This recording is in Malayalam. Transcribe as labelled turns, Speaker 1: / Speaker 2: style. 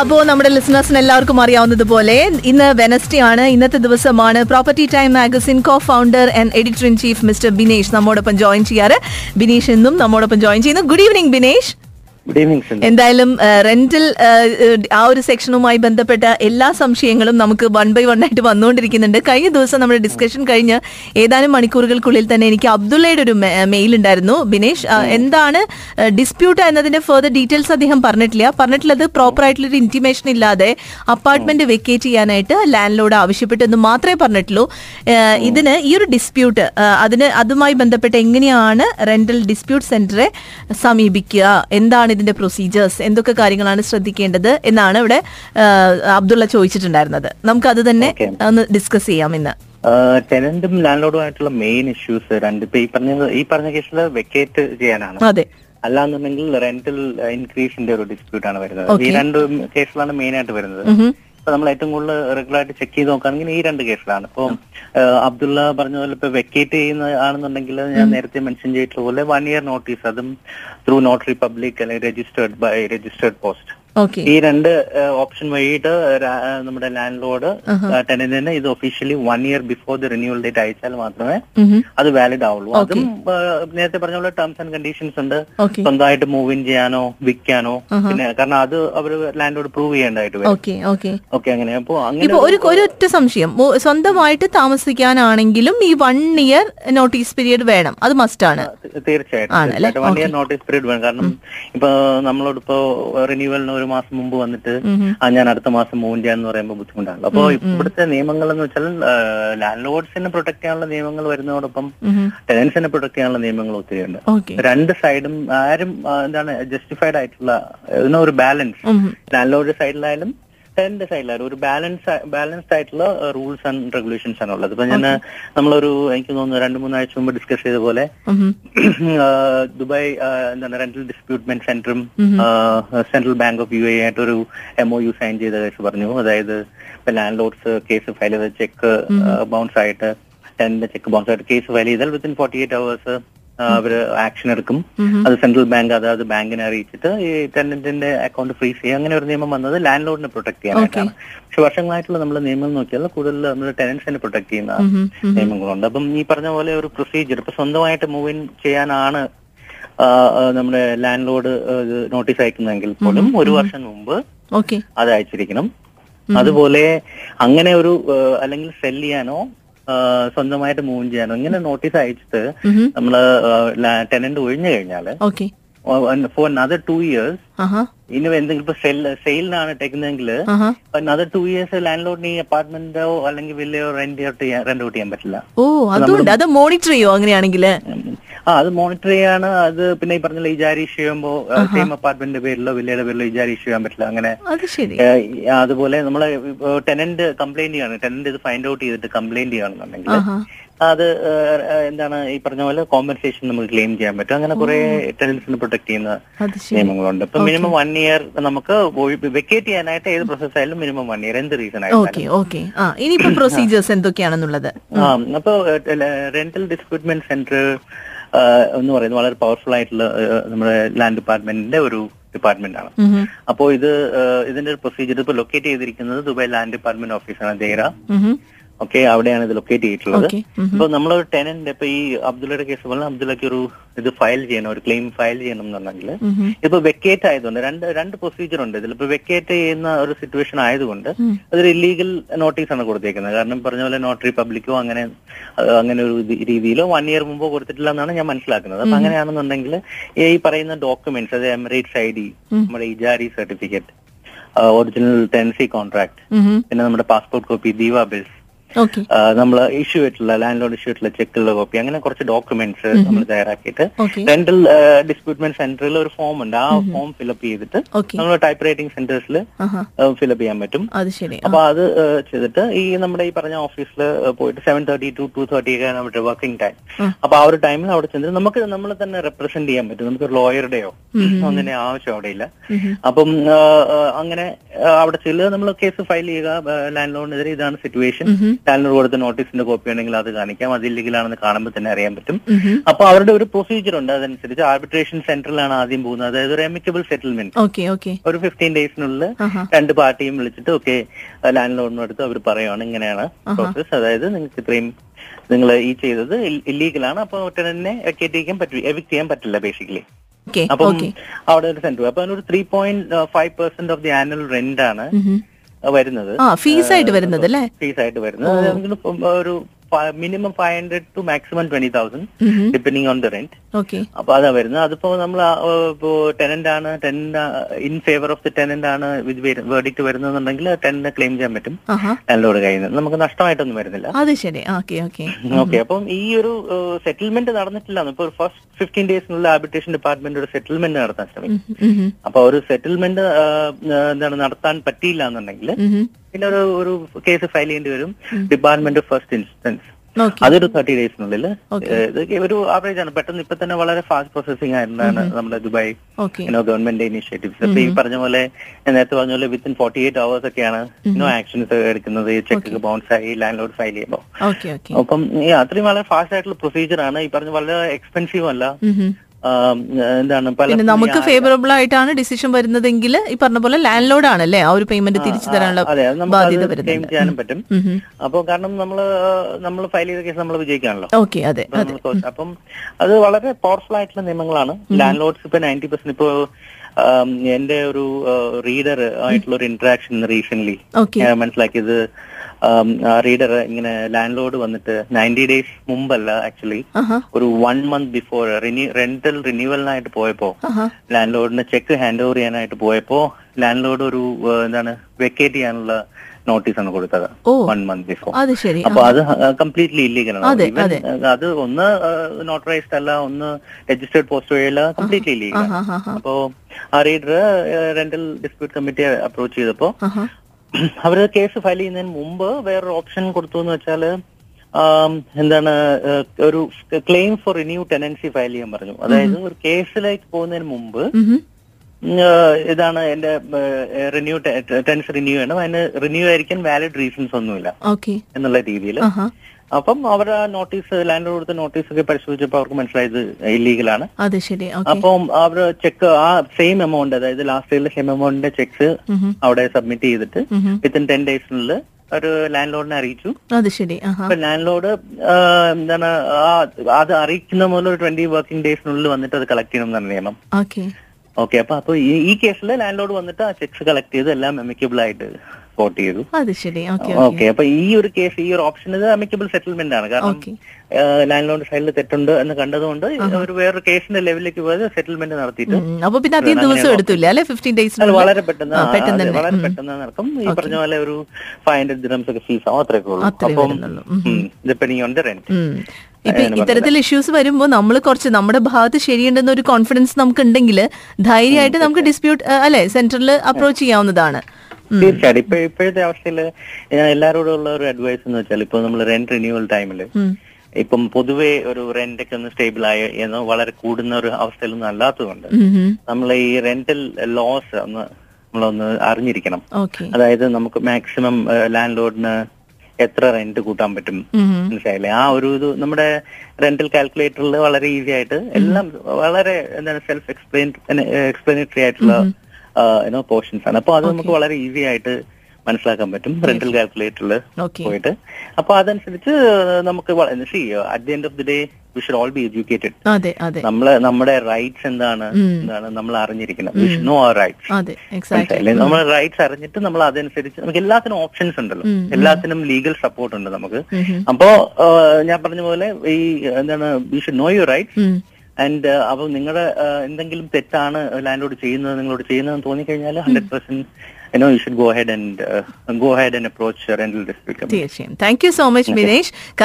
Speaker 1: അപ്പോൾ നമ്മുടെ ലിസണേഴ്സിന് എല്ലാവർക്കും അറിയാവുന്നതുപോലെ ഇന്ന് വെനസ്ഡേ ആണ് ഇന്നത്തെ ദിവസമാണ് property time magazine co founder and editor in chief mister Binesh നമ്മോടൊപ്പം ജോയിൻ ചെയ്യാറ് ബിനേഷ് എന്നും നമ്മോടൊപ്പം ജോയിൻ ചെയ്യുന്നു good evening Binesh
Speaker 2: good evening Sindhu
Speaker 1: എന്തായാലും റെന്റൽ ആ ഒരു സെക്ഷനുമായി ബന്ധപ്പെട്ട എല്ലാ സംശയങ്ങളും നമുക്ക് വൺ ബൈ വൺ ആയിട്ട് വന്നുകൊണ്ടിരിക്കുന്നുണ്ട് കഴിഞ്ഞ ദിവസം നമ്മുടെ ഡിസ്കഷൻ കഴിഞ്ഞ് ഏതാനും മണിക്കൂറുകൾക്കുള്ളിൽ തന്നെ എനിക്ക് അബ്ദുള്ളയുടെ ഒരു മെയിൽ ഉണ്ടായിരുന്നു ബിനേഷ് ആ, എന്താണ് ഡിസ്പ്യൂട്ട് എന്നതിന്റെ ഫർദർ ഡീറ്റെയിൽസ് അദ്ദേഹം പറഞ്ഞിട്ടില്ല പറഞ്ഞിട്ടുള്ളത് പ്രോപ്പർ ആയിട്ടുള്ള ഒരു ഇന്റിമേഷൻ ഇല്ലാതെ അപ്പാർട്ട്മെന്റ് വെക്കേറ്റ് ചെയ്യാനായിട്ട് ലാൻഡ് ലോഡ് ആവശ്യപ്പെട്ടെന്ന് മാത്രമേ പറഞ്ഞിട്ടുള്ളൂ ആ, ഇതിന് ഈ ഒരു ഡിസ്പ്യൂട്ട് അതിന് അതുമായി ബന്ധപ്പെട്ട് എങ്ങനെയാണ് റെന്റൽ ഡിസ്പ്യൂട്ട് സെന്ററെ സമീപിക്കുക എന്താണ് ഇതിന്റെ പ്രൊസീജിയേഴ്സ് എന്തൊക്കെ കാര്യങ്ങളാണ് ശ്രദ്ധിക്കേണ്ടത് എന്നാണ് ഇവിടെ ആ, അബ്ദുള്ള ചോദിച്ചിട്ടുണ്ടായിരുന്നത് നമുക്ക് അത് തന്നെ
Speaker 2: Okay.
Speaker 1: ഒന്ന് ഡിസ്കസ് ചെയ്യാം ഇന്ന്
Speaker 2: ടെനന്റും ലാൻഡ്ലോഡും ആയിട്ടുള്ള മെയിൻ ഇഷ്യൂസ് രണ്ട് ഇപ്പൊ ഈ പറഞ്ഞ ഈ പറഞ്ഞ കേസിൽ വെക്കേറ്റ് ചെയ്യാനാണ്
Speaker 1: അതെ
Speaker 2: അല്ലാന്നുണ്ടെങ്കിൽ റെന്റൽ ഇൻക്രീസിന്റെ ഒരു ഡിസ്പ്യൂട്ട് ആണ് വരുന്നത് ഈ രണ്ട് കേസിലാണ് മെയിൻ ആയിട്ട് വരുന്നത് ഇപ്പൊ നമ്മൾ ഏറ്റവും കൂടുതൽ റെഗുലർ ആയിട്ട് ചെക്ക് ചെയ്ത് നോക്കുകയാണെങ്കിൽ ഈ രണ്ട് കേസിലാണ് ഇപ്പൊ അബ്ദുള്ള പറഞ്ഞ പോലെ ഇപ്പൊ വെക്കേറ്റ് ചെയ്യുന്ന ആണെന്നുണ്ടെങ്കിൽ ഞാൻ നേരത്തെ മെൻഷൻ ചെയ്തിട്ടുള്ള പോലെ വൺ ഇയർ നോട്ടീസ് അതും ത്രൂ നോട്ടറി പബ്ലിക് അല്ലെങ്കിൽ registered by registered post
Speaker 1: okay
Speaker 2: ഈ രണ്ട് ഓപ്ഷൻ വഴിയിട്ട് രാ- ആ, നമ്മുടെ ലാൻഡ് ലോഡ് ടെനന്റിന് ഇത് officially one year before the renewal date അയച്ചാൽ മാത്രമേ അത് വാലിഡ് ആവുള്ളൂ അതും ആ, നേരത്തെ പറഞ്ഞ പോലെ ടേംസ് ആൻഡ് കണ്ടീഷൻസ് ഉണ്ട്
Speaker 1: ഓക്കെ
Speaker 2: സ്വന്തമായിട്ട് മൂവ് ഇൻ ചെയ്യാനോ വിൽക്കാനോ പിന്നെ കാരണം അത് അവർ ലാൻഡ് ലോഡ് പ്രൂവ് ചെയ്യേണ്ടതായിട്ട് വരും
Speaker 1: ഓക്കെ ഓക്കെ
Speaker 2: ഓക്കെ അങ്ങനെ അപ്പോ അങ്ങനെ
Speaker 1: ഇപ്പൊ ഒരു ഒരൊറ്റ സംശയം മു- സ്വന്തമായിട്ട് താമസിക്കാനാണെങ്കിലും ഈ വൺ ഇയർ നോട്ടീസ് പീരീഡ് വേണം അത് മസ്റ്റ് ആണ്
Speaker 2: തീർച്ചയായിട്ടും തീർച്ചയായിട്ടും വൺ ഇയർ നോട്ടീസ് പീരീഡ് വേണം കാരണം ഇപ്പൊ നമ്മളോട് ഇപ്പോ റിന്യൂവലിന് ഒരു മാസം മുമ്പ് വന്നിട്ട് ആ ഞാൻ അടുത്ത മാസം മൂവ് ചെയ്യാന്ന് പറയുമ്പോൾ ബുദ്ധിമുട്ടാണ് അപ്പോ ഇവിടുത്തെ നിയമങ്ങൾ എന്ന് വെച്ചാൽ ലാൻഡ് ലോഡ്സിനെ പ്രൊട്ടക്ട് ചെയ്യാനുള്ള നിയമങ്ങൾ വരുന്നതോടൊപ്പം
Speaker 1: Mm-hmm.
Speaker 2: ടെനൻസിനെ പ്രൊട്ടക്ട് ചെയ്യാനുള്ള നിയമങ്ങൾ ഒത്തിരി ഉണ്ട്
Speaker 1: ഓക്കെ
Speaker 2: രണ്ട് സൈഡും ആരും ആ, എന്താണ് ജസ്റ്റിഫൈഡ് ആയിട്ടുള്ള ഇതിന് ഒരു ബാലൻസ്
Speaker 1: Mm-hmm.
Speaker 2: ലാൻഡ് ലോഡ് സൈഡിലായാലും ടെന്റ് സൈഡിലായാലും ഒരു ബാലൻസ് ബാലൻസ്ഡ് ആയിട്ടുള്ള റൂൾസ് ആൻഡ് റെഗുലേഷൻസ് ആണ് ഉള്ളത് ഇപ്പൊ ഞാൻ നമ്മളൊരു എനിക്ക് തോന്നുന്നു രണ്ട് മൂന്നാഴ്ച മുമ്പ് ഡിസ്കസ് ചെയ്ത പോലെ
Speaker 1: Mm-hmm.
Speaker 2: ആ, ദുബായ് ആ, എന്താണ് റെന്റൽ ഡിസ്പ്യൂട്ട്മെന്റ് സെന്ററും central bank of U A ആയിട്ടൊരു എം ഒ യു സൈൻ ചെയ്ത കേസ് പറഞ്ഞു അതായത് ഇപ്പൊ ലാൻഡ് ലോഡ്സ് കേസ് ഫയൽ ചെയ്ത ചെക്ക് ബൗൺസ് ആയിട്ട് ടെൻഡിന്റെ ചെക്ക് ബൗൺസ് ആയിട്ട് കേസ് ഫയൽ ചെയ്താൽ വിത്തിൻ ഫോർട്ടി എയ്റ്റ് അവേഴ്സ് അവര് ആക്ഷൻ എടുക്കും അത് സെൻട്രൽ ബാങ്ക് അതായത് ബാങ്കിനെ അറിയിച്ചിട്ട് ഈ ടെൻഡന്റിന്റെ അക്കൗണ്ട് ഫ്രീസ് ചെയ്യുക അങ്ങനെ ഒരു നിയമം വന്നത് ലാൻഡ് ലോഡിനെ പ്രൊട്ടക്ട് ചെയ്യാനായിട്ടാണ് പക്ഷെ വർഷങ്ങളായിട്ടുള്ള നമ്മുടെ നിയമം നോക്കിയാൽ കൂടുതൽ നമ്മൾ ടെനൻസിനെ പ്രൊട്ടക്ട് ചെയ്യുന്ന
Speaker 1: Mm-hmm.
Speaker 2: നിയമങ്ങളുണ്ട് അപ്പം ഈ പറഞ്ഞ പോലെ ഒരു പ്രൊസീജിയർ ഇപ്പൊ സ്വന്തമായിട്ട് മൂവ് ഇൻ ചെയ്യാനാണ് ആ, ആ, നമ്മുടെ ലാൻഡ് ലോഡ് നോട്ടീസ് അയക്കുന്നതെങ്കിൽ പോലും ഒരു വർഷം മുമ്പ്
Speaker 1: ഓക്കെ
Speaker 2: അത് അയച്ചിരിക്കണം അതുപോലെ അങ്ങനെ ഒരു ആ, അല്ലെങ്കിൽ സെൽ ചെയ്യാനോ ആ, സ്വന്തമായിട്ട് മൂവ് ചെയ്യാനോ ഇങ്ങനെ നോട്ടീസ് അയച്ചിട്ട്
Speaker 1: Mm-hmm.
Speaker 2: നമ്മള് ടെനന്റ് ഒഴിഞ്ഞു കഴിഞ്ഞാല്
Speaker 1: okay
Speaker 2: four another two years
Speaker 1: ആഹാ
Speaker 2: ഇനി എന്തെങ്കിലും ഇപ്പൊ സെൽ സെയിലിനാണ് ഇട്ടേക്കുന്നതെങ്കിൽ
Speaker 1: ആഹാ
Speaker 2: another ടു ഇയേഴ്സ് ലാൻഡ് ലോഡിന് ഈ അപ്പാർട്ട്മെന്റോ അല്ലെങ്കിൽ വില്ലയോ റെന്റ് ഔട്ട് ചെയ്യാൻ റെന്റ് ഔട്ട് ചെയ്യാൻ പറ്റില്ല
Speaker 1: ഓ അതുകൊണ്ട് Oh, അത് മോണിറ്റർ ചെയ്യോ അങ്ങനെയാണെങ്കിൽ
Speaker 2: ഉം. ആ അത് മോണിറ്റർ ചെയ്യാണ് അത് പിന്നെ ഈ പറഞ്ഞ ഇജാരി ഇഷ്യൂ ചെയ്യുമ്പോൾ സെയിം അപ്പാർട്ട്മെന്റിന്റെ പേരിലോ വില്ലയുടെ പേരിലോ ഇജാരി ഇഷ്യൂ ചെയ്യാൻ പറ്റില്ല അങ്ങനെ
Speaker 1: അത് ശരി
Speaker 2: ഏ, അതുപോലെ നമ്മളെ ടെനന്റ് കംപ്ലൈന്റ് ചെയ്യാണ് ടെനന്റ് ഇത് ഫൈൻഡ് ഔട്ട് ചെയ്തിട്ട് കംപ്ലൈന്റ് ചെയ്യണമെന്നുണ്ടെങ്കിൽ
Speaker 1: ആഹാ
Speaker 2: അത് ഏ, ഏ, എന്താണ് ഈ പറഞ്ഞ പോലെ കോമ്പൻസേഷൻ നമുക്ക് ക്ലെയിം ചെയ്യാൻ പറ്റും അങ്ങനെ കുറെ ടെനൻസിനെ പ്രൊട്ടക്ട് ചെയ്യുന്ന
Speaker 1: അത് ശരി
Speaker 2: നിയമങ്ങളുണ്ട് ഇപ്പൊ മിനിമം വൺ ഇയർ നമുക്ക് വെക്കേറ്റ് ചെയ്യാനായിട്ട് ഏത് പ്രോസസ് ആയാലും മിനിമം വൺ ഇയർ എന്ത് റീസൺ ആയാലും
Speaker 1: ഓക്കെ ഓക്കെ ആ ഇനിയിപ്പോ പ്രൊസീജിയേഴ്സ് എന്തൊക്കെയാണെന്നുള്ളത്
Speaker 2: ആ, അപ്പോ റെന്റൽ ഡിസ്പ്യൂട്ട്മെന്റ് സെന്റർ എന്ന് പറയുന്നത് വളരെ പവർഫുൾ ആയിട്ടുള്ള ആ, നമ്മുടെ ലാൻഡ് ഡിപ്പാർട്ട്മെന്റിന്റെ ഒരു ഡിപ്പാർട്ട്മെന്റ് ആണ്
Speaker 1: ഉം ഹും,
Speaker 2: അപ്പോ ഇത് ആ, ഇതിന്റെ ഒരു പ്രൊസീജിയർ ഇപ്പൊ ലൊക്കേറ്റ് ചെയ്തിരിക്കുന്നത് ദുബായ് ലാൻഡ് ഡിപ്പാർട്ട്മെന്റ് ഓഫീസാണ് ദേര
Speaker 1: ഉം ഹും.
Speaker 2: ഓക്കെ അവിടെയാണ് ഇത് ലൊക്കേറ്റ് ചെയ്തിട്ടുള്ളത്
Speaker 1: ഓക്കെ ഉം.
Speaker 2: ഇപ്പൊ നമ്മളൊരു ടെനന്റ് ഇപ്പൊ ഈ അബ്ദുള്ളയുടെ കേസ് പോലെ അബ്ദുള്ളക്ക് ഒരു ഇത് ഫയൽ ചെയ്യണം ഒരു ക്ലെയിം ഫയൽ ചെയ്യണം എന്നുണ്ടെങ്കിൽ
Speaker 1: ഉം ഹും.
Speaker 2: ഇപ്പൊ വെക്കേറ്റ് ആയതുകൊണ്ട് രണ്ട് രണ്ട് പ്രൊസീജിയർ ഉണ്ട് ഇതിൽ ഇപ്പൊ വെക്കേറ്റ് ചെയ്യുന്ന ഒരു സിറ്റുവേഷൻ ആയതുകൊണ്ട്
Speaker 1: ഉം.
Speaker 2: അതൊരു ഇല്ലീഗൽ നോട്ടീസ് ആണ് കൊടുത്തേക്കുന്നത് കാരണം പറഞ്ഞ പോലെ നോട്ടറി പബ്ലിക്കോ അങ്ങനെ അഹ് അങ്ങനെ ഒരു ഇത് രീതിയിലോ വൺ ഇയർ മുമ്പോ കൊടുത്തിട്ടില്ല എന്നാണ് ഞാൻ മനസ്സിലാക്കുന്നത് അപ്പൊ അങ്ങനെയാണെന്നുണ്ടെങ്കിൽ ഈ പറയുന്ന ഡോക്യുമെന്റ്സ് അതായത് എമിറേറ്റ്സ് ഐ ഡി നമ്മുടെ Ejari certificate original tenancy contract
Speaker 1: ഉം ഹും.
Speaker 2: പിന്നെ നമ്മുടെ പാസ്പോർട്ട് കോപ്പി ദീവാ ബിൽസ്
Speaker 1: ഓക്കെ
Speaker 2: നമ്മൾ ഇഷ്യൂ ആയിട്ടുള്ള ലാൻഡ് ലോഡ് ഇഷ്യൂ ആയിട്ടുള്ള ചെക്കുള്ള കോപ്പി അങ്ങനെ കുറച്ച് ഡോക്യുമെന്റ്സ് നമ്മൾ തയ്യാറാക്കിയിട്ട്
Speaker 1: ഓക്കെ
Speaker 2: റെന്റൽ ഡിസ്പ്യൂട്ട്മെന്റ് സെന്ററിൽ ഒരു ഫോം ഉണ്ട് ആ ഫോം ഫിലപ്പ് ചെയ്തിട്ട്
Speaker 1: ഓക്കെ
Speaker 2: നമ്മൾ ടൈപ്പ് റൈറ്റിംഗ് സെന്റേഴ്സിൽ
Speaker 1: ആഹാ
Speaker 2: ഫിലപ്പ് ചെയ്യാൻ പറ്റും
Speaker 1: Uh-huh. അത് ശരി ആ,
Speaker 2: അപ്പൊ അത് ആ, ചെയ്തിട്ട് ഈ നമ്മുടെ ഈ പറഞ്ഞ ഓഫീസിൽ പോയിട്ട് seven thirty to two thirty ഒക്കെ ആണ് നമ്മുടെ വർക്കിംഗ് ടൈം അപ്പൊ ആ ഒരു ടൈമിൽ അവിടെ ചെന്നിട്ട് നമുക്ക് നമ്മളെ തന്നെ റെപ്രസെന്റ് ചെയ്യാൻ പറ്റും നമുക്ക് ലോയറുടെയോ ഒന്നിനെ ആവശ്യം അവിടെ ഇല്ല അപ്പം ആ, ആ, അങ്ങനെ ആ, അവിടെ ചെല്ലുക നമ്മൾ കേസ് ഫയൽ ചെയ്യുക ലാൻഡ് ലോണിനെതിരെ ഇതാണ് സിറ്റുവേഷൻ ലാൻഡിനോട് കൊടുത്ത നോട്ടീസിന്റെ കോപ്പി ഉണ്ടെങ്കിൽ അത് കാണിക്കാം അത് ഇല്ലീഗലാണെന്ന് കാണുമ്പോൾ തന്നെ അറിയാൻ പറ്റും
Speaker 1: Mm-hmm.
Speaker 2: അപ്പൊ അവരുടെ ഒരു പ്രൊസീജിയർ ഉണ്ട് അതനുസരിച്ച് ആർബിട്രേഷൻ സെന്ററിലാണ് ആദ്യം പോകുന്നത് അതായത് ഒരു എമിക്കബിൾ സെറ്റിൽമെന്റ്
Speaker 1: ഓക്കെ ഓക്കെ
Speaker 2: ഒരു ഫിഫ്റ്റീൻ ഡേയ്സിനുള്ളിൽ
Speaker 1: ആഹാ.
Speaker 2: രണ്ട് പാർട്ടിയും വിളിച്ചിട്ട് ഓക്കെ ലാൻഡ് ലോണിന് അടുത്ത് അവർ പറയുവാണ് ഇങ്ങനെയാണ് പ്രോസസ് അതായത് നിങ്ങൾക്ക് ഇത്രയും നിങ്ങൾ ഈ ചെയ്തത് ഇല്ലീഗലാണ് അപ്പൊ ഒറ്റ തന്നെ വെക്കേറ്റ് ചെയ്യാൻ പറ്റില്ല എവിക്ട് ചെയ്യാൻ പറ്റില്ല ബേസിക്കലി
Speaker 1: ഓക്കെ
Speaker 2: അപ്പം
Speaker 1: ഓക്കെ
Speaker 2: അവിടെ ഒരു സെന്റർ അപ്പൊ അതിനൊരു three point five percent of the annual rent ആണ് വരുന്നത്
Speaker 1: Mm-hmm. ആ ഫീസ് ആയിട്ട് വരുന്നത് അല്ലേ
Speaker 2: ഫീസ് ആയിട്ട് വരുന്നത് അതെങ്കിലും ഇപ്പം ഒരു minimum five hundred to maximum twenty thousand depending on the rent
Speaker 1: okay
Speaker 2: അപ്പൊ അതാ വരുന്നത് അതിപ്പോ നമ്മൾ ഇപ്പോ ടെനന്റ് ആണ് tenant in favour of the tenant ആണ് വേർഡിക്ട് വരുന്നതെന്നുണ്ടെങ്കിൽ ടെനന്റ് ക്ലെയിം ചെയ്യാൻ പറ്റും
Speaker 1: ആഹാ
Speaker 2: ലാൻഡ്ലോഡ് കയ്യിൽ നിന്ന് നമുക്ക് നഷ്ടമായിട്ടൊന്നും വരുന്നില്ല
Speaker 1: Uh-huh. അത് ശരി ഓക്കെ ഓക്കെ
Speaker 2: ഓക്കെ അപ്പം ഈ ഒരു സെറ്റിൽമെന്റ് നടന്നിട്ടില്ല ഇപ്പൊ ഫസ്റ്റ് ഫിഫ്റ്റീൻ ഡേയ്സിനുള്ളിൽ ആർബിട്രേഷൻ ഡിപ്പാർട്ട്മെന്റ് ഒരു സെറ്റിൽമെന്റ് നടത്താൻ ശ്രമിക്കും
Speaker 1: Mm-hmm.
Speaker 2: അപ്പൊ ഒരു സെറ്റിൽമെന്റ് എന്താണ് നടത്താൻ പറ്റിയില്ല എന്നുണ്ടെങ്കിൽ
Speaker 1: Mm-hmm.
Speaker 2: പിന്നെ ഒരു ഒരു കേസ് ഫയൽ ചെയ്യേണ്ടി വരും department of first instance
Speaker 1: okay
Speaker 2: അതൊരു തേർട്ടി ഡേയ്സിനുള്ളിൽ ഇതൊക്കെ ഒരു ആവറേജ് ആണ് പെട്ടെന്ന് ഇപ്പൊ തന്നെ വളരെ ഫാസ്റ്റ് പ്രോസസിംഗ് ആയിരുന്നാണ്
Speaker 1: Mm-hmm.
Speaker 2: നമ്മുടെ ദുബായ്
Speaker 1: ഓക്കെ
Speaker 2: ഇനോ ഗവൺമെന്റ് ഇനിഷ്യേറ്റീവ്സ് അപ്പൊ ഈ
Speaker 1: Mm-hmm.
Speaker 2: പറഞ്ഞ പോലെ ഞാൻ നേരത്തെ പറഞ്ഞ പോലെ വിത്തിൻ ഫോർട്ടി എയ്റ്റ് അവേഴ്സ് ഒക്കെയാണ് ഇനോ
Speaker 1: Mm-hmm.
Speaker 2: ആക്ഷൻസ് എടുക്കുന്നത് ചെക്ക് ബൗൺസ് ആയി ലാൻഡ് ലോഡ് ഫയൽ ചെയ്യുമ്പോൾ
Speaker 1: ഓക്കെ ഓക്കെ
Speaker 2: അപ്പം ഈ അത്രയും വളരെ ഫാസ്റ്റ് ആയിട്ടുള്ള പ്രൊസീജിയർ ആണ് ഈ പറഞ്ഞ വളരെ എക്സ്പെൻസീവ് അല്ല ആം, എന്താണ് പല
Speaker 1: പിന്നെ നമുക്ക് ഫേവറബിൾ ആയിട്ടാണ് ഡിസിഷൻ വരുന്നതെങ്കിൽ ഈ പറഞ്ഞ പോലെ ലാൻഡ് ലോഡ് ആണല്ലേ ആ ഒരു പേയ്മെന്റ് തിരിച്ചു തരാനുള്ള
Speaker 2: അതെ അത്
Speaker 1: ബാധ്യത
Speaker 2: നമുക്ക് ക്ലെയിം
Speaker 1: വരുന്നുണ്ട്
Speaker 2: ചെയ്യാനും പറ്റും അപ്പോൾ കാരണം നമ്മൾ നമ്മൾ ഫയൽ ചെയ്ത കേസ് നമ്മൾ വിജയിക്കാണല്ലോ
Speaker 1: ഓക്കെ അതെ
Speaker 2: അപ്പൊ നമ്മള് കുറച്ച് അപ്പം അത് വളരെ പവർഫുൾ ആയിട്ടുള്ള നിയമങ്ങളാണ് ലാൻഡ് ലോഡ്സ് ഇപ്പൊ നയൻറ്റി പെർസെന്റ് ഇപ്പോ ആം, എന്റെ ഒരു റീഡർ ആയിട്ടുള്ള ഒരു ഇന്ററാക്ഷൻ റീസെന്റ്
Speaker 1: ഓക്കെ
Speaker 2: ഞാൻ മനസ്സിലാക്കിയത് റീഡർ ഇങ്ങനെ ലാൻഡ് ലോഡ് വന്നിട്ട് നയൻറ്റി ഡേയ്സ് മുമ്പല്ല ആക്ച്വലി
Speaker 1: ആഹാ
Speaker 2: ഒരു വൺ മന്ത് ബിഫോർ റെന്റൽ റിന്യൂവലിനായിട്ട് പോയപ്പോ
Speaker 1: ആഹാ
Speaker 2: ലാൻഡ് ലോഡിന് ചെക്ക് ഹാൻഡ് ഓവർ ചെയ്യാനായിട്ട് പോയപ്പോ ലാൻഡ് ലോഡ് ഒരു ആ, എന്താണ് വെക്കേറ്റ് ചെയ്യാനുള്ള നോട്ടീസാണ് കൊടുത്തത്
Speaker 1: ഓ
Speaker 2: വൺ മന്ത് ബിഫോർ
Speaker 1: അത് ശരി
Speaker 2: അപ്പൊ അത് കംപ്ലീറ്റ്ലി ഇല്ലീഗലാണ്
Speaker 1: അതെ,
Speaker 2: ഈവൻ
Speaker 1: അതെ.
Speaker 2: അത് ഒന്ന് നോട്ടറൈസ്ഡ് അല്ല ഒന്ന് രജിസ്റ്റേർഡ് പോസ്റ്റ് വഴിയല്ല കംപ്ലീറ്റ്ലി ഇല്ലീഗൽ
Speaker 1: ആഹാ ആഹാ
Speaker 2: അപ്പോ ആ റീഡർ റെന്റൽ ഡിസ്പ്യൂട്ട് കമ്മിറ്റിയെ അപ്രോച്ച് ചെയ്തപ്പോ
Speaker 1: ആഹാ
Speaker 2: അവര് കേസ് ഫയൽ ചെയ്യുന്നതിന് മുമ്പ് വേറൊരു ഓപ്ഷൻ കൊടുത്തു എന്ന് വെച്ചാല് ആം, എന്താണ് ഏഹ്, ഒരു claim for renew tenancy file ചെയ്യാൻ പറഞ്ഞു അതായത് ഒരു കേസിലേക്ക് പോകുന്നതിന് മുമ്പ്
Speaker 1: ഉം
Speaker 2: ഉം, ഏഹ്, ഇതാണ് എന്റെ റിന്യൂ ടെൻസ് റിന്യൂ ചെയ്യണം അതിന് റിന്യൂ ആയിരിക്കാൻ വാലിഡ് റീസൺസ് ഒന്നുമില്ല
Speaker 1: ഓക്കെ
Speaker 2: എന്നുള്ള രീതിയിൽ
Speaker 1: ആഹാ
Speaker 2: അപ്പം അവർ ആ നോട്ടീസ് ലാൻഡ് കൊടുത്ത നോട്ടീസ് ഒക്കെ പരിശോധിച്ചപ്പോൾ അവർക്ക് മനസ്സിലായത് ഇല്ലീഗലാണ്
Speaker 1: അത് ശരി ഓക്കെ
Speaker 2: അപ്പം അവർ ചെക്ക് ആ സെയിം എമൗണ്ട് അതായത് ലാസ്റ്റ് ഇയറിലെ സെയിം എമൗണ്ടിന്റെ ചെക്സ് അവിടെ സബ്മിറ്റ് ചെയ്തിട്ട് വിത്തിൻ ടെൻ ഡേയ്സിനുള്ളിൽ ഒരു ലാൻഡ് ലോഡിനെ അറിയിച്ചു
Speaker 1: അത് ശരി ആഹാ
Speaker 2: അപ്പൊ ലാൻഡ് ലോഡ് എന്താണ് ആ അത് അറിയിക്കുന്ന മുതൽ ഒരു ട്വന്റി വർക്കിംഗ് ഡേയ്സിനുള്ളിൽ വന്നിട്ട് അത് കളക്ട് ചെയ്യണം എന്നാണ് നിയമം
Speaker 1: ഓക്കെ
Speaker 2: ഓക്കെ അപ്പൊ അപ്പൊ ഈ- ഈ കേസിൽ ലാൻഡ് ലോഡ് വന്നിട്ട് ആ ചെക്സ് കളക്ട് ചെയ്ത് എല്ലാം അമിക്കബിൾ ആയിട്ട് സോർട്ട് ചെയ്തു
Speaker 1: അത് ശരി ഓക്കെ
Speaker 2: ഓക്കെ അപ്പൊ ഈ ഒരു കേസ് ഈ ഒരു ഓപ്ഷൻ ഇത് അമിക്കബിൾ സെറ്റിൽമെന്റ് ആണ് കാരണം
Speaker 1: ഓക്കെ
Speaker 2: ലാൻഡ് ലോൺ സൈഡിൽ തെറ്റുണ്ട് എന്ന് കണ്ടതുകൊണ്ട് ഒരു വേറൊരു കേസിന്റെ ലെവലിലേക്ക് പോയത് സെറ്റിൽമെന്റ് നടത്തിയിട്ട്
Speaker 1: അപ്പൊ പിന്നെ അധികം ദിവസം എടുത്തില്ല അല്ലെ ഫിഫ്റ്റീൻ
Speaker 2: അത്
Speaker 1: ഡേയ്സ്
Speaker 2: വളരെ പെട്ടെന്ന്
Speaker 1: ആ, പെട്ടെന്ന്
Speaker 2: അതെ,
Speaker 1: തന്നെ.
Speaker 2: വളരെ പെട്ടെന്ന് നടക്കും ഈ പറഞ്ഞ പോലെ ഒരു ഫൈവ് ഹൺഡ്രഡ് ദിനംസ് ഒക്കെ ഫീസ് ആവും അത്രയൊക്കെ ഉള്ളൂ
Speaker 1: അത്രേ
Speaker 2: അപ്പം
Speaker 1: വരുന്നുള്ളൂ.
Speaker 2: ഡിപ്പെൻഡിങ് ഓൺ ദ റെന്റ്
Speaker 1: ഉം. ഇപ്പൊ ഇത്തരത്തിൽ ഇഷ്യൂസ് വരുമ്പോൾ നമ്മൾ കുറച്ച് നമ്മുടെ ഭാഗത്ത് ശരിയുണ്ടെന്ന ഒരു കോൺഫിഡൻസ് നമുക്ക് ഉണ്ടെങ്കിൽ ധൈര്യമായിട്ട് നമുക്ക് ഡിസ്പ്യൂട്ട് അല്ലെ സെന്ററിൽ അപ്രോച്ച് ചെയ്യാവുന്നതാണ് ഉം.
Speaker 2: തീർച്ചയായിട്ടും ഇപ്പൊ ഇപ്പോഴത്തെ അവസ്ഥയിൽ ഞാൻ എല്ലാവരോടും ഉള്ള ഒരു അഡ്വൈസ് എന്ന് വെച്ചാൽ ഇപ്പൊ നമ്മൾ റെന്റ് റിന്യൂവൽ ടൈമിൽ
Speaker 1: ഉം.
Speaker 2: ഇപ്പം പൊതുവെ ഒരു റെന്റ് ഒക്കെ ഒന്ന് സ്റ്റേബിൾ ആയി എന്നോ വളരെ കൂടുന്ന ഒരു അവസ്ഥയിലൊന്നും അല്ലാത്തതുകൊണ്ട്
Speaker 1: ഉം ഉം.
Speaker 2: നമ്മൾ ഈ റെന്റൽ ലോസ് ഒന്ന് നമ്മളൊന്ന് അറിഞ്ഞിരിക്കണം
Speaker 1: ഓക്കെ
Speaker 2: അതായത് നമുക്ക് മാക്സിമം ലാൻഡ് ലോഡിന് എത്ര റെന്റ് കൂട്ടാൻ പറ്റും
Speaker 1: ഉം ഉം.
Speaker 2: മനസ്സിലായില്ലേ ആ ഒരു ഇത് നമ്മുടെ റെന്റൽ കാൽക്കുലേറ്ററിൽ വളരെ ഈസി ആയിട്ട് എല്ലാം വളരെ എന്താണ് സെൽഫ് എക്സ്പ്ലെയിൻ എക്സ്പ്ലനേറ്ററി ആയിട്ടുള്ള യുനോ പോർഷൻസ് ആണ് അപ്പൊ അത് നമുക്ക് വളരെ ഈസി ആയിട്ട് മനസ്സിലാക്കാൻ പറ്റും റെന്റൽ കാൽക്കുലേറ്ററിൽ
Speaker 1: ഓക്കെ
Speaker 2: പോയിട്ട് അപ്പൊ അതനുസരിച്ച് നമുക്ക് at the end of the day we should all be educated
Speaker 1: അതെ അതെ
Speaker 2: നമ്മള് നമ്മുടെ റൈറ്റ്സ് എന്താണ് എന്താണ് നമ്മൾ അറിഞ്ഞിരിക്കണം വി ഷുഡ് നോ അവർ റൈറ്റ്സ്
Speaker 1: അതെ എക്സാക്ട്
Speaker 2: മനസ്സിലായില്ലേ നമ്മൾ റൈറ്റ്സ് അറിഞ്ഞിട്ട് നമ്മൾ അതനുസരിച്ച് നമുക്ക് എല്ലാത്തിനും ഓപ്ഷൻസ് ഉണ്ടല്ലോ എല്ലാത്തിനും ലീഗൽ സപ്പോർട്ട് ഉണ്ട് നമുക്ക് അപ്പോ ആ, ഞാൻ പറഞ്ഞ പോലെ ഈ എന്താണ് you should know your rights and അപ്പൊ നിങ്ങളുടെ ആ, എന്തെങ്കിലും തെറ്റാണ് ലാൻഡോട് ചെയ്യുന്നത് നിങ്ങളോട് ചെയ്യുന്നതെന്ന് തോന്നിക്കഴിഞ്ഞാൽ hundred percent no you should go head and go head and approach rental dispute
Speaker 1: തീർച്ചയായും thank you so much Vinesh